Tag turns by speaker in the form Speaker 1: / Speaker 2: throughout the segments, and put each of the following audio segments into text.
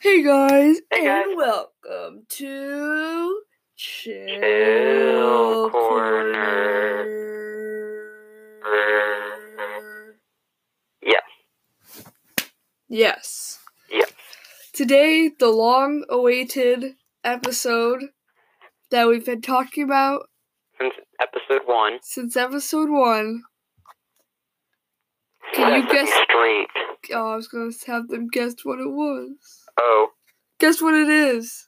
Speaker 1: Hey guys,
Speaker 2: Hey guys.
Speaker 1: and welcome to Chill,
Speaker 2: Chill
Speaker 1: Corner.
Speaker 2: Yeah.
Speaker 1: Yes.
Speaker 2: Yeah.
Speaker 1: Today, the long awaited episode that we've been talking about
Speaker 2: Since episode one.
Speaker 1: since episode one. Can you
Speaker 2: Sesame
Speaker 1: guess?
Speaker 2: Street.
Speaker 1: Oh, I was going to have them guess what it was.
Speaker 2: Oh,
Speaker 1: Guess what it is?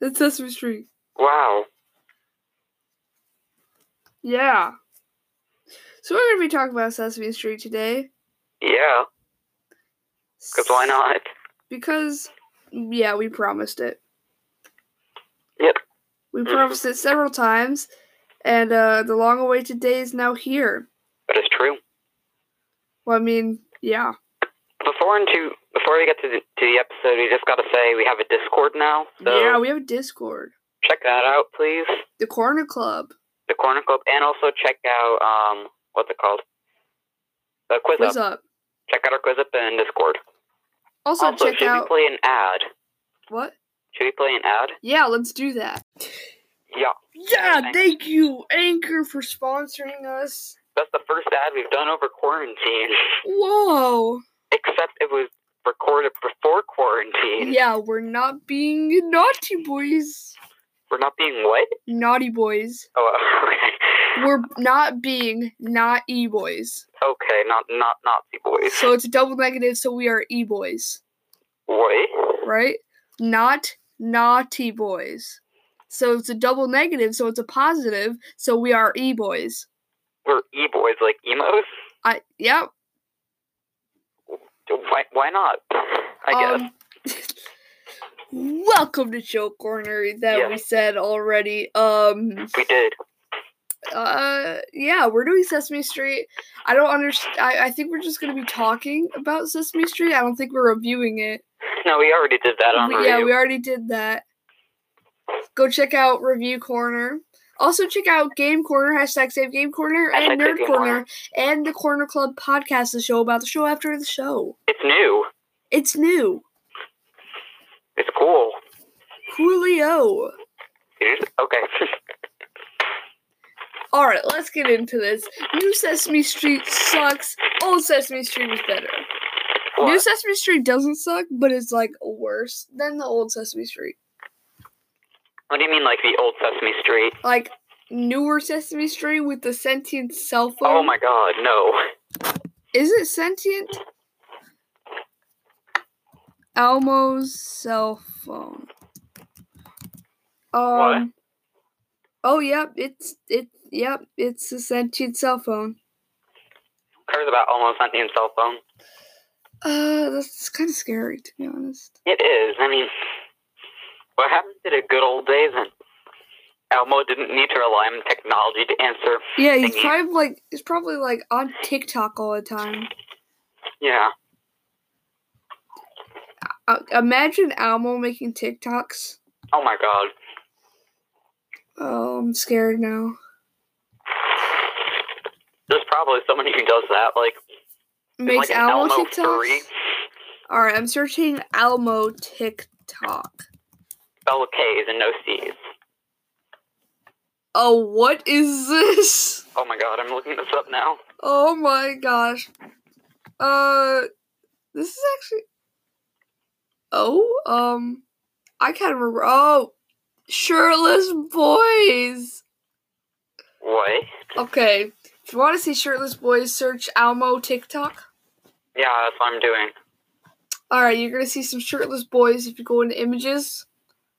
Speaker 1: It's Sesame Street.
Speaker 2: wow.
Speaker 1: Yeah. So we're gonna be talking about Sesame Street today.
Speaker 2: Yeah, because why not?
Speaker 1: Because yeah, we promised it.
Speaker 2: Yep.
Speaker 1: We
Speaker 2: Mhm.
Speaker 1: promised it several times, and uh, the long-awaited day is now here.
Speaker 2: That is true.
Speaker 1: Well, I mean, yeah,
Speaker 2: Before into before we get to the, to the episode, we just got to say we have a Discord now. So
Speaker 1: yeah, we have a Discord,
Speaker 2: check that out, please.
Speaker 1: the Corner Club,
Speaker 2: The Corner Club, and also check out um what's it called? The Quiz,
Speaker 1: what's
Speaker 2: Up.
Speaker 1: up?
Speaker 2: Check out our Quiz Up and Discord.
Speaker 1: Also,
Speaker 2: also,
Speaker 1: check
Speaker 2: should
Speaker 1: out
Speaker 2: we play an ad?
Speaker 1: what?
Speaker 2: Should we play an ad?
Speaker 1: Yeah, let's do that.
Speaker 2: Yeah,
Speaker 1: Yeah,
Speaker 2: Thanks.
Speaker 1: thank you, Anchor, for sponsoring us.
Speaker 2: that's the first ad we've done over quarantine.
Speaker 1: Whoa.
Speaker 2: Except it was recorded before quarantine.
Speaker 1: Yeah, we're not being naughty boys.
Speaker 2: We're not being what?
Speaker 1: Naughty boys.
Speaker 2: Oh, okay.
Speaker 1: we're not being not e boys.
Speaker 2: Okay, not not Nazi boys.
Speaker 1: So it's a double negative, so we are e boys,
Speaker 2: Wait.
Speaker 1: right? Not naughty boys. So it's a double negative, so it's a positive, so we are e boys.
Speaker 2: We're e boys like emos?
Speaker 1: I yep.
Speaker 2: Why why not? I
Speaker 1: Um,
Speaker 2: guess.
Speaker 1: guess. welcome to Show Corner that
Speaker 2: Yeah.
Speaker 1: we said already. Um
Speaker 2: We did.
Speaker 1: uh yeah, we're doing Sesame Street. I don't understand I, I think we're just gonna be talking about Sesame Street. I don't think we're reviewing it.
Speaker 2: No, we already did that on
Speaker 1: We- yeah,
Speaker 2: review.
Speaker 1: we already did that. Go check out Review Corner. Also check out Game Corner, hashtag Save Game Corner, and
Speaker 2: Hashtag Save
Speaker 1: Nerd
Speaker 2: Game
Speaker 1: Corner,
Speaker 2: Corner.
Speaker 1: and the Corner Club podcast, the show about the show after the show.
Speaker 2: It's new.
Speaker 1: It's new.
Speaker 2: It's cool.
Speaker 1: Coolio.
Speaker 2: It is- Okay.
Speaker 1: All right, let's get into this. New Sesame Street sucks. Old Sesame Street was better. New
Speaker 2: what?
Speaker 1: Sesame Street doesn't suck, but it's like worse than the old Sesame Street.
Speaker 2: what do you mean like the old Sesame Street?
Speaker 1: Like newer Sesame Street with the sentient cell phone.
Speaker 2: Oh my god, no.
Speaker 1: Is it sentient? Elmo's cell phone. Um.
Speaker 2: What?
Speaker 1: Oh, yep. It's it. Yep. It's a sentient cell phone.
Speaker 2: Who cares about almost hunting cell phone?
Speaker 1: Uh, that's kind of scary to be honest.
Speaker 2: It is. I mean what happened to the good old days and Elmo didn't need to rely on technology to answer.
Speaker 1: Yeah, he's
Speaker 2: Thingy.
Speaker 1: probably like he's probably like on TikTok all the time.
Speaker 2: Yeah.
Speaker 1: Uh, imagine Elmo making TikToks.
Speaker 2: Oh my god.
Speaker 1: Oh, I'm scared now.
Speaker 2: There's probably someone who does that, like
Speaker 1: Makes
Speaker 2: like an
Speaker 1: Elmo,
Speaker 2: Elmo
Speaker 1: TikToks.
Speaker 2: furry.
Speaker 1: All right, I'm searching Elmo TikTok.
Speaker 2: spell K's and no C's.
Speaker 1: Oh, what is this?
Speaker 2: Oh my god, I'm looking this up now.
Speaker 1: Oh my gosh. Uh, this is actually. Oh, um, I can't remember. Oh, shirtless boys.
Speaker 2: What?
Speaker 1: Okay, if you want to see shirtless boys, search Almo TikTok.
Speaker 2: Yeah, that's what I'm doing.
Speaker 1: All right, you're gonna see some shirtless boys if you go into images.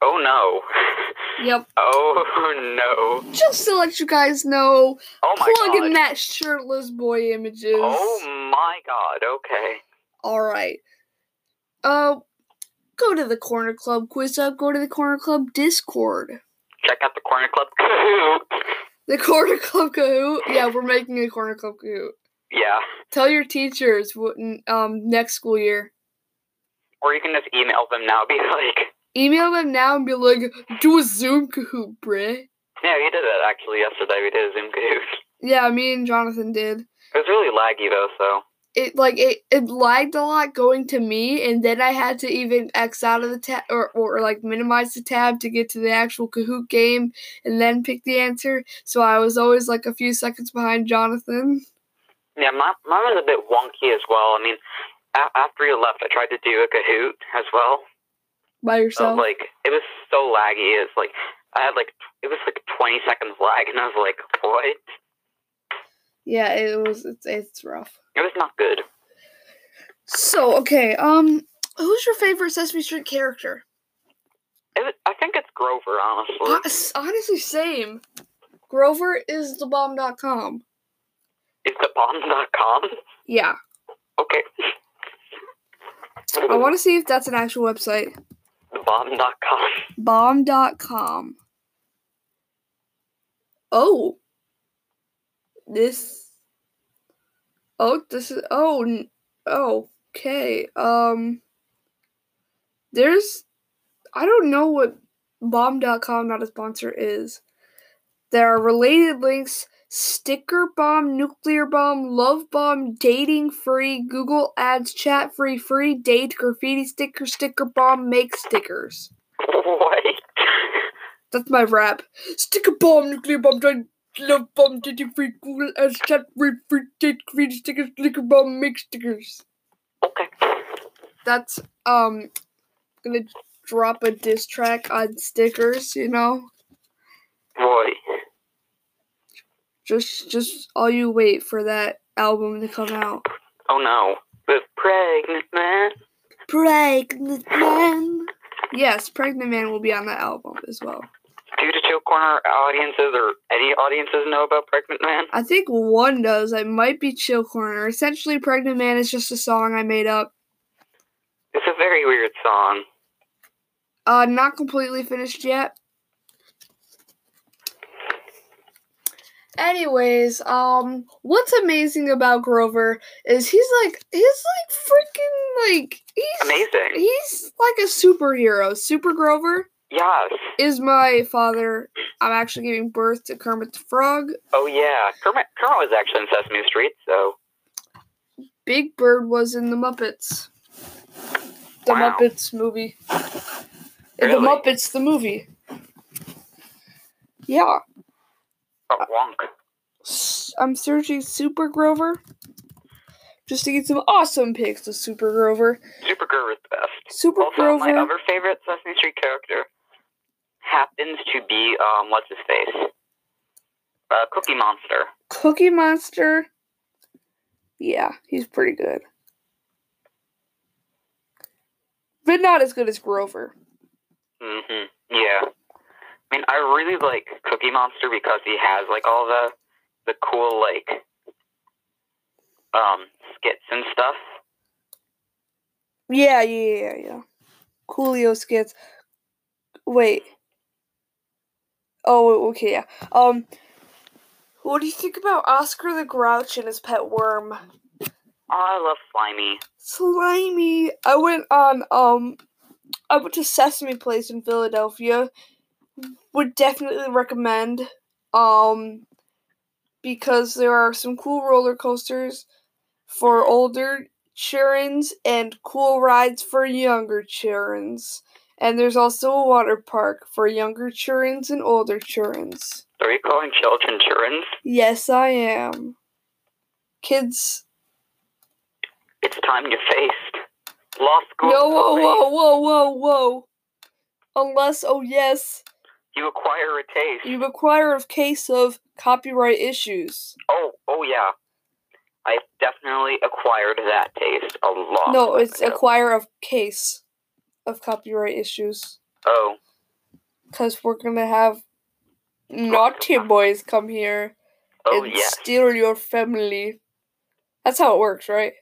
Speaker 2: Oh no.
Speaker 1: Yep,
Speaker 2: Oh no.
Speaker 1: just to let you guys know,
Speaker 2: Oh my
Speaker 1: plug
Speaker 2: god.
Speaker 1: in that shirtless boy images.
Speaker 2: Oh my god, okay.
Speaker 1: All right. Uh, go to the Corner Club quiz up. Go to the Corner Club Discord.
Speaker 2: Check out the Corner Club Kahoot.
Speaker 1: The Corner Club Kahoot. Yeah, we're making a Corner Club Kahoot.
Speaker 2: Yeah. Tell
Speaker 1: Tell your teachers what n- um next school year.
Speaker 2: Or you can just email them now, be like
Speaker 1: Email them now and be like, do a Zoom Kahoot, bruh.
Speaker 2: Yeah, we did it actually yesterday. We did a Zoom Kahoot.
Speaker 1: Yeah, me and Jonathan did.
Speaker 2: It was really laggy though, so
Speaker 1: it like it, it lagged a lot going to me and then i had to even x out of the tab or, or like minimize the tab to get to the actual kahoot game and then pick the answer so i was always like a few seconds behind jonathan
Speaker 2: Yeah, my, mine was a bit wonky as well. I mean, a- after you left, I tried to do a Kahoot as well.
Speaker 1: by
Speaker 2: So,
Speaker 1: yourself
Speaker 2: like, it was so laggy. It's like, I had like, it was like 20 seconds lag, and I was like, what?
Speaker 1: yeah it was it's, it's rough
Speaker 2: It was not good.
Speaker 1: so okay um who's your favorite sesame street character
Speaker 2: It was, I think it's Grover,
Speaker 1: Hon-
Speaker 2: honestly.
Speaker 1: honestly same grover is the bomb.com
Speaker 2: Is the bomb.com?
Speaker 1: yeah
Speaker 2: Okay.
Speaker 1: i want to see if that's an actual website
Speaker 2: The bomb.com.
Speaker 1: bomb.com. Oh. This Oh, this is oh, n- oh, okay. Um There's I don't know what bomb.com not a sponsor is. There are related links sticker bomb, nuclear bomb, love bomb, dating free, Google Ads chat free, free date, graffiti sticker, sticker bomb, make stickers.
Speaker 2: What?
Speaker 1: That's my rap. Sticker bomb, nuclear bomb, giant love bomb, titty free, cool as chat free, free date, green stickers, liquor bomb, make stickers.
Speaker 2: Okay.
Speaker 1: That's um gonna drop a diss track on stickers, you know?
Speaker 2: Boy.
Speaker 1: Just just all you wait for that album to come out.
Speaker 2: Oh no. The pregnant man.
Speaker 1: Pregnant Man. Yes, Pregnant Man will be on that album as well.
Speaker 2: Do the Chill Corner audiences or any audiences know about Pregnant Man?
Speaker 1: I think one does. It might be Chill Corner. Essentially, Pregnant Man is just a song I made up
Speaker 2: It's a very weird song.
Speaker 1: Uh, not completely finished yet. Anyways, um, what's amazing about Grover is he's like he's like freaking like he's
Speaker 2: Amazing.
Speaker 1: he's like a superhero. Super Grover
Speaker 2: Yes.
Speaker 1: is my father. I'm actually giving birth to Kermit the Frog.
Speaker 2: Oh yeah. Kermit, Kermit was actually in Sesame Street, so
Speaker 1: Big Bird was in the Muppets. The
Speaker 2: Wow.
Speaker 1: Muppets movie.
Speaker 2: Really?
Speaker 1: The Muppets the movie. Yeah. Uh,
Speaker 2: oh, wonk.
Speaker 1: s- I'm searching Super Grover just to get some awesome pics of Super Grover.
Speaker 2: Super Grover's the best.
Speaker 1: Super
Speaker 2: Also, my
Speaker 1: Grover.
Speaker 2: other favorite Sesame Street character happens to be um, what's his face? Uh, Cookie Monster.
Speaker 1: Cookie Monster. Yeah, he's pretty good. But not as good as Grover.
Speaker 2: hmm Yeah. I mean, I really like Cookie Monster because he has like all the the cool like um skits and stuff.
Speaker 1: Yeah, yeah, yeah, yeah. Coolio skits. Wait. Oh, okay, yeah. Um, what do you think about Oscar the Grouch and his pet worm?
Speaker 2: Oh, I love Slimy.
Speaker 1: slimy. I went on um I went to Sesame Place in Philadelphia. Would definitely recommend um because there are some cool roller coasters for older childrens and cool rides for younger childrens. And there's also a water park for younger childrens and older childrens.
Speaker 2: Are you calling children children?
Speaker 1: Yes, I am. Kids.
Speaker 2: It's time you faced law school.
Speaker 1: No, whoa,
Speaker 2: bully.
Speaker 1: whoa, whoa, whoa, whoa. Unless, oh yes,
Speaker 2: You acquire a taste.
Speaker 1: you acquire a case of copyright issues.
Speaker 2: Oh, oh yeah. I definitely acquired that taste a lot.
Speaker 1: No, it's
Speaker 2: ago.
Speaker 1: acquire a case of copyright issues.
Speaker 2: oh,
Speaker 1: Because we're gonna have naughty boys come here
Speaker 2: oh
Speaker 1: and
Speaker 2: yes.
Speaker 1: steal your family. That's how it works, right?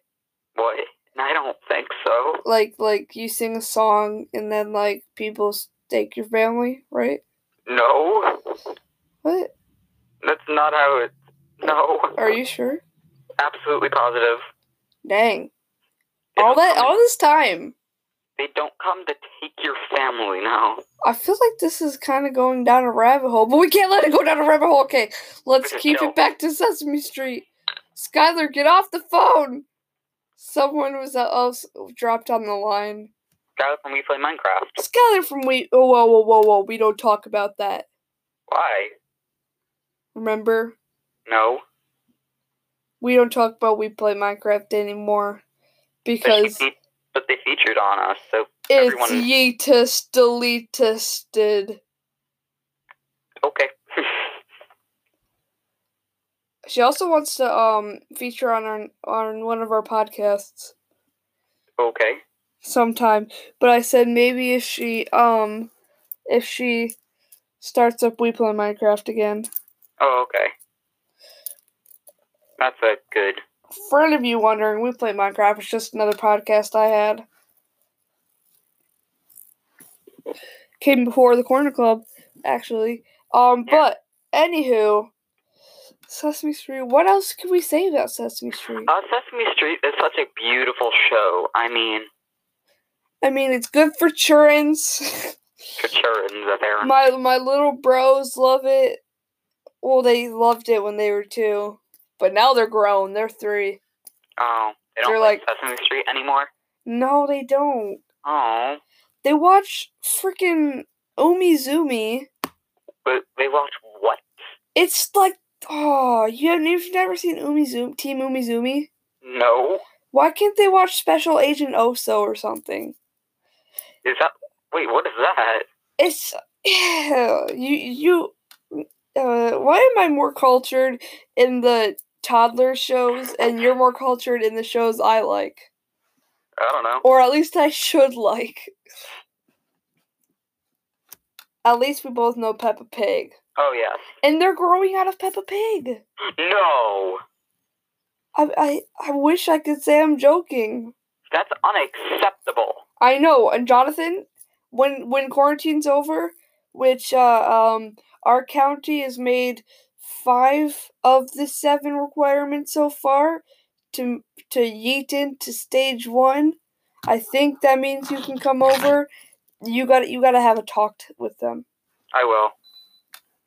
Speaker 2: What? I don't think so.
Speaker 1: Like, like you sing a song and then like people s- take your family, right?
Speaker 2: No,
Speaker 1: What?
Speaker 2: that's not how it. No,
Speaker 1: Are you sure?
Speaker 2: absolutely positive.
Speaker 1: Dang!
Speaker 2: They
Speaker 1: All
Speaker 2: don't
Speaker 1: that,
Speaker 2: come-
Speaker 1: all this time.
Speaker 2: They don't come to take your family now.
Speaker 1: I feel like this is kind of going down a rabbit hole, but we can't let it go down a rabbit hole. Okay, let's keep
Speaker 2: No.
Speaker 1: it back to Sesame Street. Skylar, get off the phone. Someone was else dropped on the line.
Speaker 2: Skylar when we play Minecraft.
Speaker 1: Skylar from we. Oh, whoa, whoa, whoa, whoa. We don't talk about that.
Speaker 2: Why?
Speaker 1: Remember?
Speaker 2: No.
Speaker 1: We don't talk about we play Minecraft anymore
Speaker 2: But, she
Speaker 1: because
Speaker 2: fe- but they featured on us, so
Speaker 1: it's
Speaker 2: everyone-
Speaker 1: yeetus deletusted.
Speaker 2: okay.
Speaker 1: She also wants to um feature on our on one of our podcasts
Speaker 2: okay.
Speaker 1: sometime. But I said maybe if she um if she starts up we play Minecraft again.
Speaker 2: Oh, okay. That's a good.
Speaker 1: For any of you wondering, we play Minecraft. It's just another podcast I had. Came before the Corner Club, actually. Um,
Speaker 2: Yeah.
Speaker 1: but anywho, Sesame Street. What else can we say about Sesame Street?
Speaker 2: Uh, Sesame Street is such a beautiful show. I mean,
Speaker 1: I mean, it's good for churns.
Speaker 2: for children, that they're
Speaker 1: my my little bros love it. Well, they loved it when they were two, but now they're grown. They're three.
Speaker 2: oh, they don't
Speaker 1: They're
Speaker 2: like, Sesame Street anymore.
Speaker 1: No, they don't.
Speaker 2: Oh,
Speaker 1: They watch freaking Omizoomi.
Speaker 2: but they watch what?
Speaker 1: It's like oh, you have you've never seen Umizoomi Team Umizoomi?
Speaker 2: No,
Speaker 1: Why can't they watch Special Agent Oso or something?
Speaker 2: is that? Wait, what is that?
Speaker 1: It's you you. Uh, why am I more cultured in the toddler shows and you're more cultured in the shows I like,
Speaker 2: I don't know.
Speaker 1: or at least I should like? At least we both know Peppa Pig,
Speaker 2: Oh yes.
Speaker 1: and they're growing out of Peppa Pig.
Speaker 2: No,
Speaker 1: I I, I wish I could say I'm joking.
Speaker 2: that's unacceptable.
Speaker 1: I know. And Jonathan, when when quarantine's over, which uh, um our county has made five of the seven requirements so far to to yeet into stage one. I think that means you can come over. You got you got to have a talk t- with them.
Speaker 2: I will.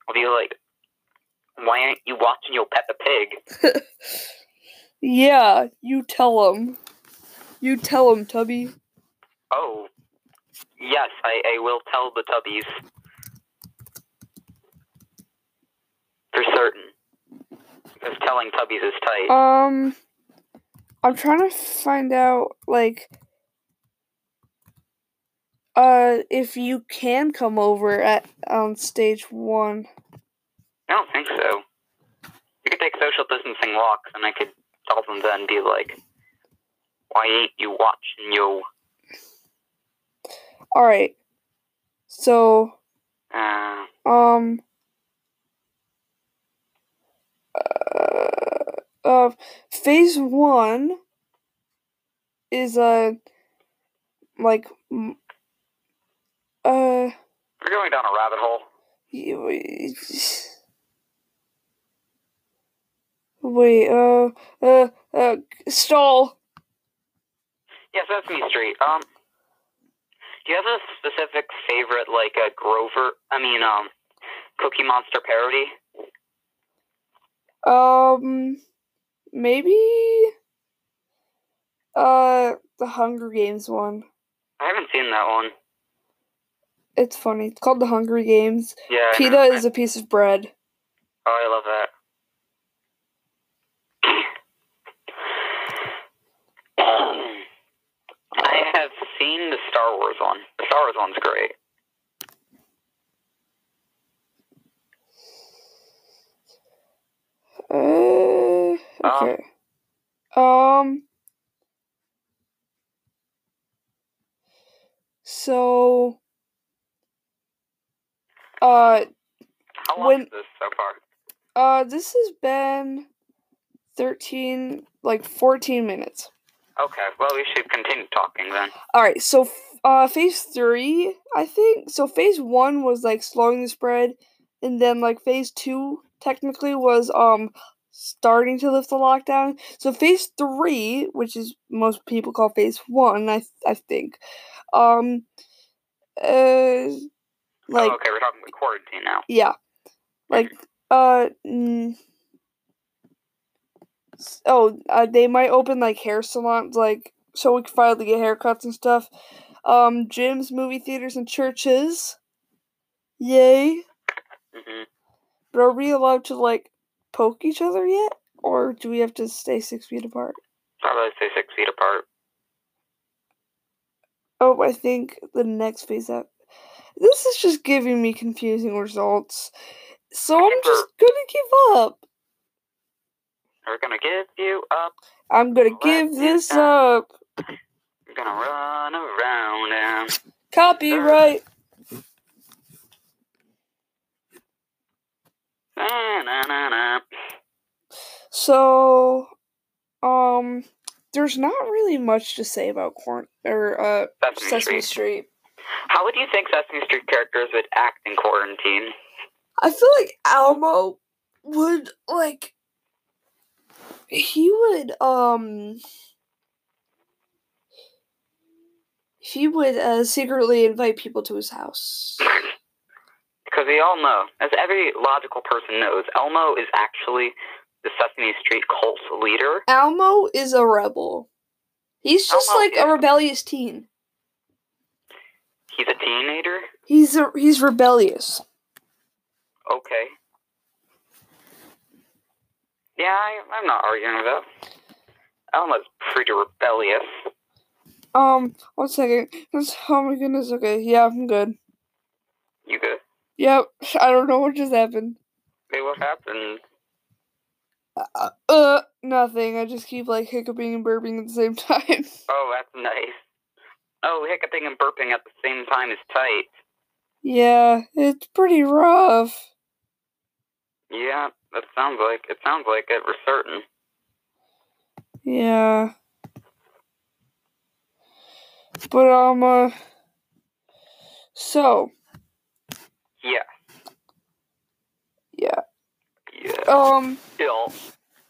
Speaker 2: I'll be like, why aren't you watching your Peppa Pig?
Speaker 1: Yeah, you tell them. You tell them, Tubby.
Speaker 2: Oh, yes, I, I will tell the Tubbies. For certain. Because telling Tubbies is tight.
Speaker 1: Um, I'm trying to find out like, uh, if you can come over at on stage one.
Speaker 2: I don't think so. We could take social distancing walks, and I could tell them then, be like, why ain't you watching you?
Speaker 1: All right. So,
Speaker 2: Uh,
Speaker 1: um, uh, uh phase one is uh like m- uh
Speaker 2: we're going down a rabbit hole.
Speaker 1: You- Wait, uh, uh, uh, stall.
Speaker 2: Yeah, Sesame Street. Um, do you have a specific favorite, like a Grover? I mean, um, Cookie Monster parody?
Speaker 1: Um, maybe, uh, the Hunger Games one.
Speaker 2: I haven't seen that one.
Speaker 1: It's funny. It's called the Hunger Games.
Speaker 2: Yeah. I
Speaker 1: Pita
Speaker 2: know.
Speaker 1: is a piece of bread.
Speaker 2: Oh, I love that. I have seen the Star Wars one. The Star Wars one's great.
Speaker 1: Uh,
Speaker 2: Uh-huh.
Speaker 1: okay. Um, so, uh,
Speaker 2: How long
Speaker 1: When-
Speaker 2: is this so far?
Speaker 1: Uh, this has been 13, like 14 minutes.
Speaker 2: Okay, well, we should continue talking then.
Speaker 1: All right, so f- uh, phase three, I think. So phase one was like slowing the spread, and then like phase two technically was um starting to lift the lockdown. So phase three, which is most people call phase one, I I think, um, uh, like
Speaker 2: oh, okay, we're talking about quarantine now.
Speaker 1: yeah, like uh, mm, oh, uh, they might open like hair salons, like so we can finally get haircuts and stuff. Um, gyms, movie theaters, and churches. Yay!
Speaker 2: hmm
Speaker 1: But are we allowed to like poke each other yet, or do we have to stay six feet apart?
Speaker 2: Probably say six feet apart.
Speaker 1: Oh, I think the next phase up. This is just giving me confusing results, so I'm
Speaker 2: think
Speaker 1: just gonna give up.
Speaker 2: We're gonna give you up.
Speaker 1: I'm gonna
Speaker 2: Let
Speaker 1: give
Speaker 2: it
Speaker 1: this
Speaker 2: down.
Speaker 1: up.
Speaker 2: We're gonna run around and
Speaker 1: Copyright.
Speaker 2: na na na na.
Speaker 1: So, um, there's not really much to say about corn or uh
Speaker 2: Sesame,
Speaker 1: Sesame
Speaker 2: Street.
Speaker 1: Street.
Speaker 2: How would you think Sesame Street characters would act in quarantine?
Speaker 1: I feel like Elmo would like he would um he would uh, secretly invite people to his house.
Speaker 2: Because we all know, as every logical person knows, Elmo is actually the Sesame Street cult leader.
Speaker 1: Elmo is a rebel. He's just
Speaker 2: Elmo
Speaker 1: like
Speaker 2: is-
Speaker 1: a rebellious teen.
Speaker 2: He's a teenager.
Speaker 1: He's a, he's rebellious.
Speaker 2: Okay. Yeah, I, I'm not arguing with that. Elmo's pretty rebellious.
Speaker 1: Um, one second. Oh my goodness. Okay, yeah, I'm good.
Speaker 2: You good?
Speaker 1: Yep, I don't know what just happened.
Speaker 2: Hey, what happened?
Speaker 1: Uh, uh, nothing. I just keep like hiccuping and burping at the same time.
Speaker 2: Oh, that's nice. Oh, hiccuping and burping at the same time is tight.
Speaker 1: yeah, it's pretty rough.
Speaker 2: Yeah, that sounds like it sounds like it for certain.
Speaker 1: Yeah. But um, uh, so
Speaker 2: Yeah.
Speaker 1: Yeah.
Speaker 2: Yeah.
Speaker 1: um,
Speaker 2: Still.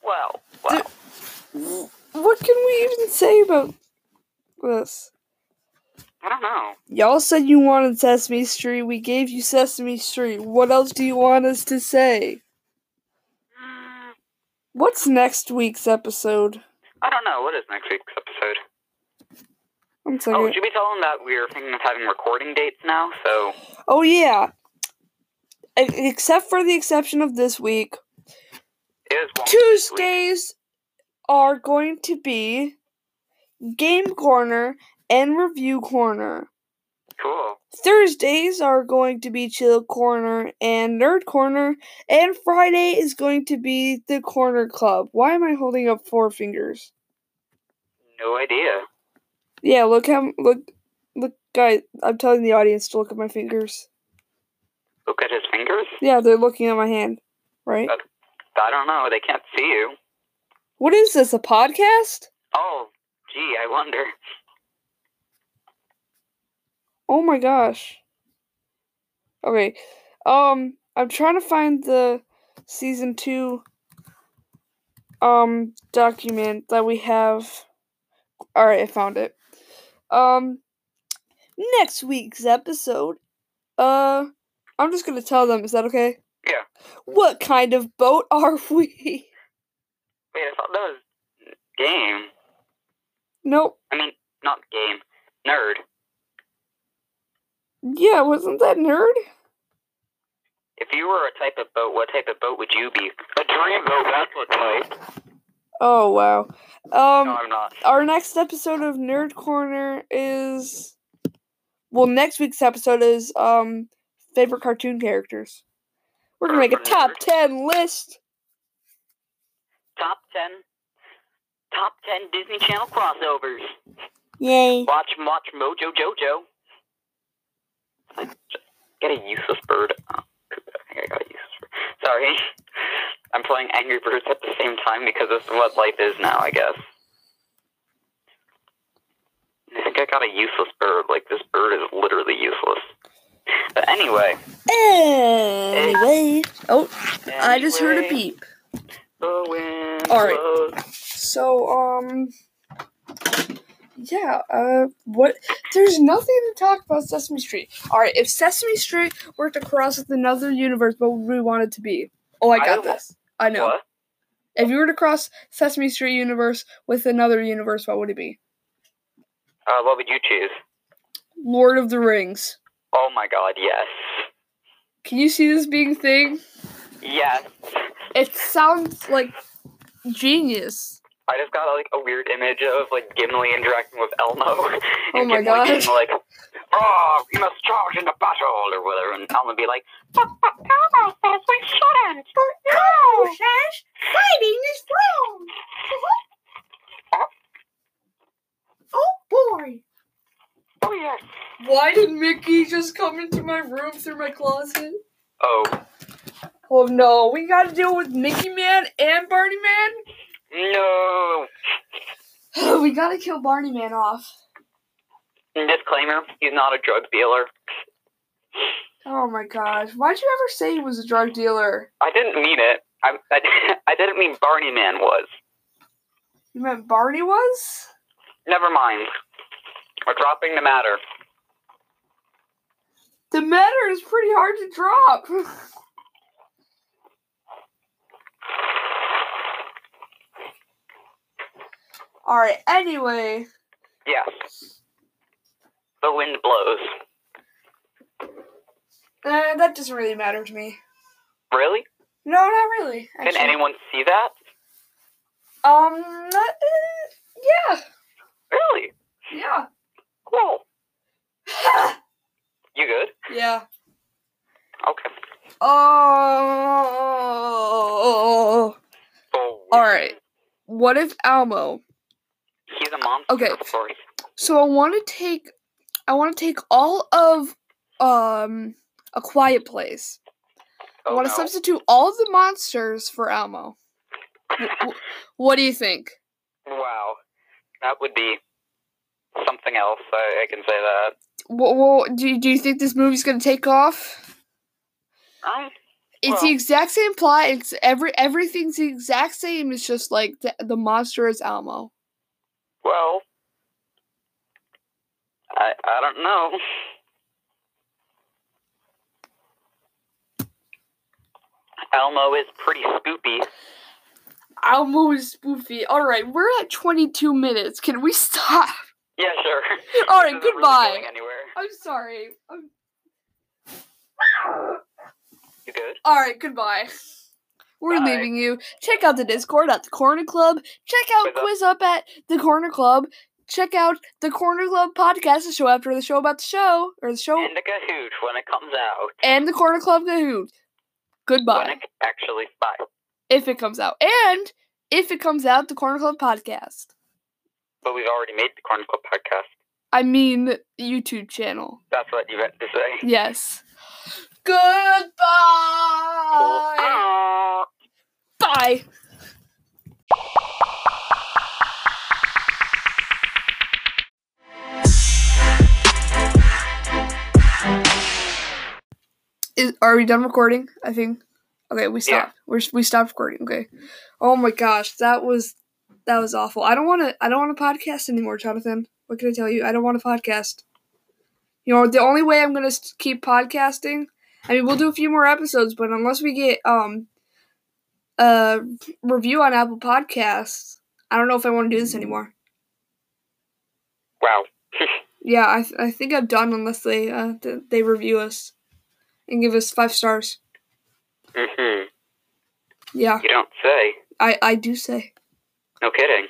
Speaker 2: Wow. Wow.
Speaker 1: what can we even say about this?
Speaker 2: I don't know.
Speaker 1: Y'all said you wanted Sesame Street. We gave you Sesame Street. What else do you want us to say?
Speaker 2: Mm,
Speaker 1: What's next week's episode?
Speaker 2: I don't know. What is next week's episode?
Speaker 1: One second.
Speaker 2: Oh, should we tell them that we're thinking of having recording dates now? So
Speaker 1: Oh yeah. E- Except for the exception of this week,
Speaker 2: it is one
Speaker 1: Tuesdays are going to be game corner and review corner.
Speaker 2: Cool.
Speaker 1: Thursdays are going to be chill corner and nerd corner, and Friday is going to be the corner club. Why am I holding up four fingers?
Speaker 2: No idea.
Speaker 1: Yeah, look how look look guys, I'm telling the audience to look at my fingers.
Speaker 2: Look at his fingers.
Speaker 1: Yeah, they're looking at my hand, right?
Speaker 2: I don't know. They can't see you.
Speaker 1: What is this, a podcast?
Speaker 2: Oh, gee, I wonder.
Speaker 1: Oh my gosh. Okay. Um I'm trying to find the season 2 um document that we have. All right, I found it. Um next week's episode uh I'm just going to tell them, is that okay?
Speaker 2: Yeah.
Speaker 1: What kind of boat are we?
Speaker 2: Wait, I thought that was game.
Speaker 1: nope.
Speaker 2: I mean, not game. Nerd.
Speaker 1: Yeah, wasn't that nerd?
Speaker 2: If you were a type of boat, what type of boat would you be? A dream boat. That's what type.
Speaker 1: Oh wow. Um
Speaker 2: No, I'm not.
Speaker 1: our next episode of Nerd Corner is well next week's episode is um favorite cartoon characters. We're gonna make a top ten list.
Speaker 2: Top ten. Top ten Disney Channel crossovers.
Speaker 1: Yay.
Speaker 2: Watch, watch Mojo Jojo. I just get a useless bird. Oh, I think I got a useless bird. Sorry. I'm playing Angry Birds at the same time because that's what life is now, I guess. I think I got a useless bird. Like, this bird is literally useless. But anyway.
Speaker 1: Anyway. Oh, I just heard a
Speaker 2: anyway,
Speaker 1: beep.
Speaker 2: The wind
Speaker 1: All right.
Speaker 2: blows.
Speaker 1: So um yeah, uh what there's nothing to talk about Sesame Street. Alright, if Sesame Street were to cross with another universe, what would we want it to be? Oh I
Speaker 2: I
Speaker 1: got
Speaker 2: don't-
Speaker 1: this. I know.
Speaker 2: What?
Speaker 1: If you were to cross Sesame Street universe with another universe, what would it be?
Speaker 2: Uh, what would you choose?
Speaker 1: Lord of the Rings.
Speaker 2: Oh my god, yes.
Speaker 1: Can you see this being a thing?
Speaker 2: Yes.
Speaker 1: It sounds like genius.
Speaker 2: I just got like a weird image of like Gimli interacting with Elmo. and
Speaker 1: Oh my
Speaker 2: Gimli
Speaker 1: God.
Speaker 2: being like, Oh, we must charge into battle or whatever and Elmo be like, But but Elmo says we shouldn't. No says fighting is wrong.
Speaker 1: Oh boy!
Speaker 2: Oh yes.
Speaker 1: Why did Mickey just come into my room through my closet?
Speaker 2: Oh
Speaker 1: Oh no, we gotta deal with Mickey Man and Barney Man?
Speaker 2: no.
Speaker 1: we gotta kill Barney Man off.
Speaker 2: Disclaimer, he's not a drug dealer.
Speaker 1: Oh my gosh, why'd you ever say he was a drug dealer?
Speaker 2: I didn't mean it. I, I, I didn't mean Barney Man was.
Speaker 1: You meant Barney was?
Speaker 2: Never mind. We're dropping the matter.
Speaker 1: The matter is pretty hard to drop. Alright, anyway.
Speaker 2: Yes. The wind blows.
Speaker 1: Uh, that doesn't really matter to me.
Speaker 2: Really?
Speaker 1: No, not really.
Speaker 2: Can
Speaker 1: actually.
Speaker 2: anyone see that?
Speaker 1: Um, not- uh, yeah,
Speaker 2: Really?
Speaker 1: yeah.
Speaker 2: Cool. You good?
Speaker 1: yeah.
Speaker 2: Okay.
Speaker 1: Oh.
Speaker 2: Oh,
Speaker 1: All right. What if Almo?
Speaker 2: He's a monster.
Speaker 1: Okay.
Speaker 2: Of course.
Speaker 1: So I want to take, I want to take all of, um, a quiet place. I
Speaker 2: Oh,
Speaker 1: want to
Speaker 2: no.
Speaker 1: substitute all of the monsters for Almo. W- w- what do you think?
Speaker 2: wow. That would be something else. I, I can say that.
Speaker 1: Wha wha- do, do you think this movie's gonna take off?
Speaker 2: Right?
Speaker 1: It's the
Speaker 2: Well-
Speaker 1: exact same plot. It's every everything's the exact same. It's just like the, the monster is Almo.
Speaker 2: Well, I I don't know. Elmo is pretty spoopy.
Speaker 1: Almo is spoofy. All right, we're at 22 minutes. Can we stop?
Speaker 2: Yeah, sure.
Speaker 1: All
Speaker 2: This
Speaker 1: right,
Speaker 2: isn't really
Speaker 1: goodbye.
Speaker 2: going anywhere.
Speaker 1: I'm sorry. I'm...
Speaker 2: You good?
Speaker 1: All right, goodbye. We're
Speaker 2: Bye.
Speaker 1: leaving you. Check out the Discord at the Corner Club. Check out
Speaker 2: Quiz Up.
Speaker 1: Quiz Up at the Corner Club. Check out the Corner Club podcast, the show after the show about the show, or the show
Speaker 2: And a cahoot when it comes out.
Speaker 1: and the Corner Club Kahoot.
Speaker 2: When
Speaker 1: Goodbye.
Speaker 2: it actually bye.
Speaker 1: If it comes out. And if it comes out, the Corner Club podcast.
Speaker 2: But we've already made the Corn Club podcast.
Speaker 1: I mean, the YouTube channel.
Speaker 2: That's what you meant to say.
Speaker 1: Yes. Goodbye.
Speaker 2: Ah.
Speaker 1: Bye. Is, are we done recording? I think. Okay, we
Speaker 2: Yeah.
Speaker 1: stopped. We're, we stopped recording. Okay. Oh my gosh, that was that was awful. I don't want to. I don't want to podcast anymore, Jonathan. What can I tell you? I don't want to podcast. You know, the only way I'm gonna s- keep podcasting. I mean, we'll do a few more episodes, but unless we get um a review on Apple Podcasts, I don't know if I want to do this anymore.
Speaker 2: Wow.
Speaker 1: Yeah, I, th- I think I'm done unless they uh, th- they review us and give us five stars.
Speaker 2: Mhm.
Speaker 1: Yeah,
Speaker 2: You don't say.
Speaker 1: I I do say.
Speaker 2: No kidding.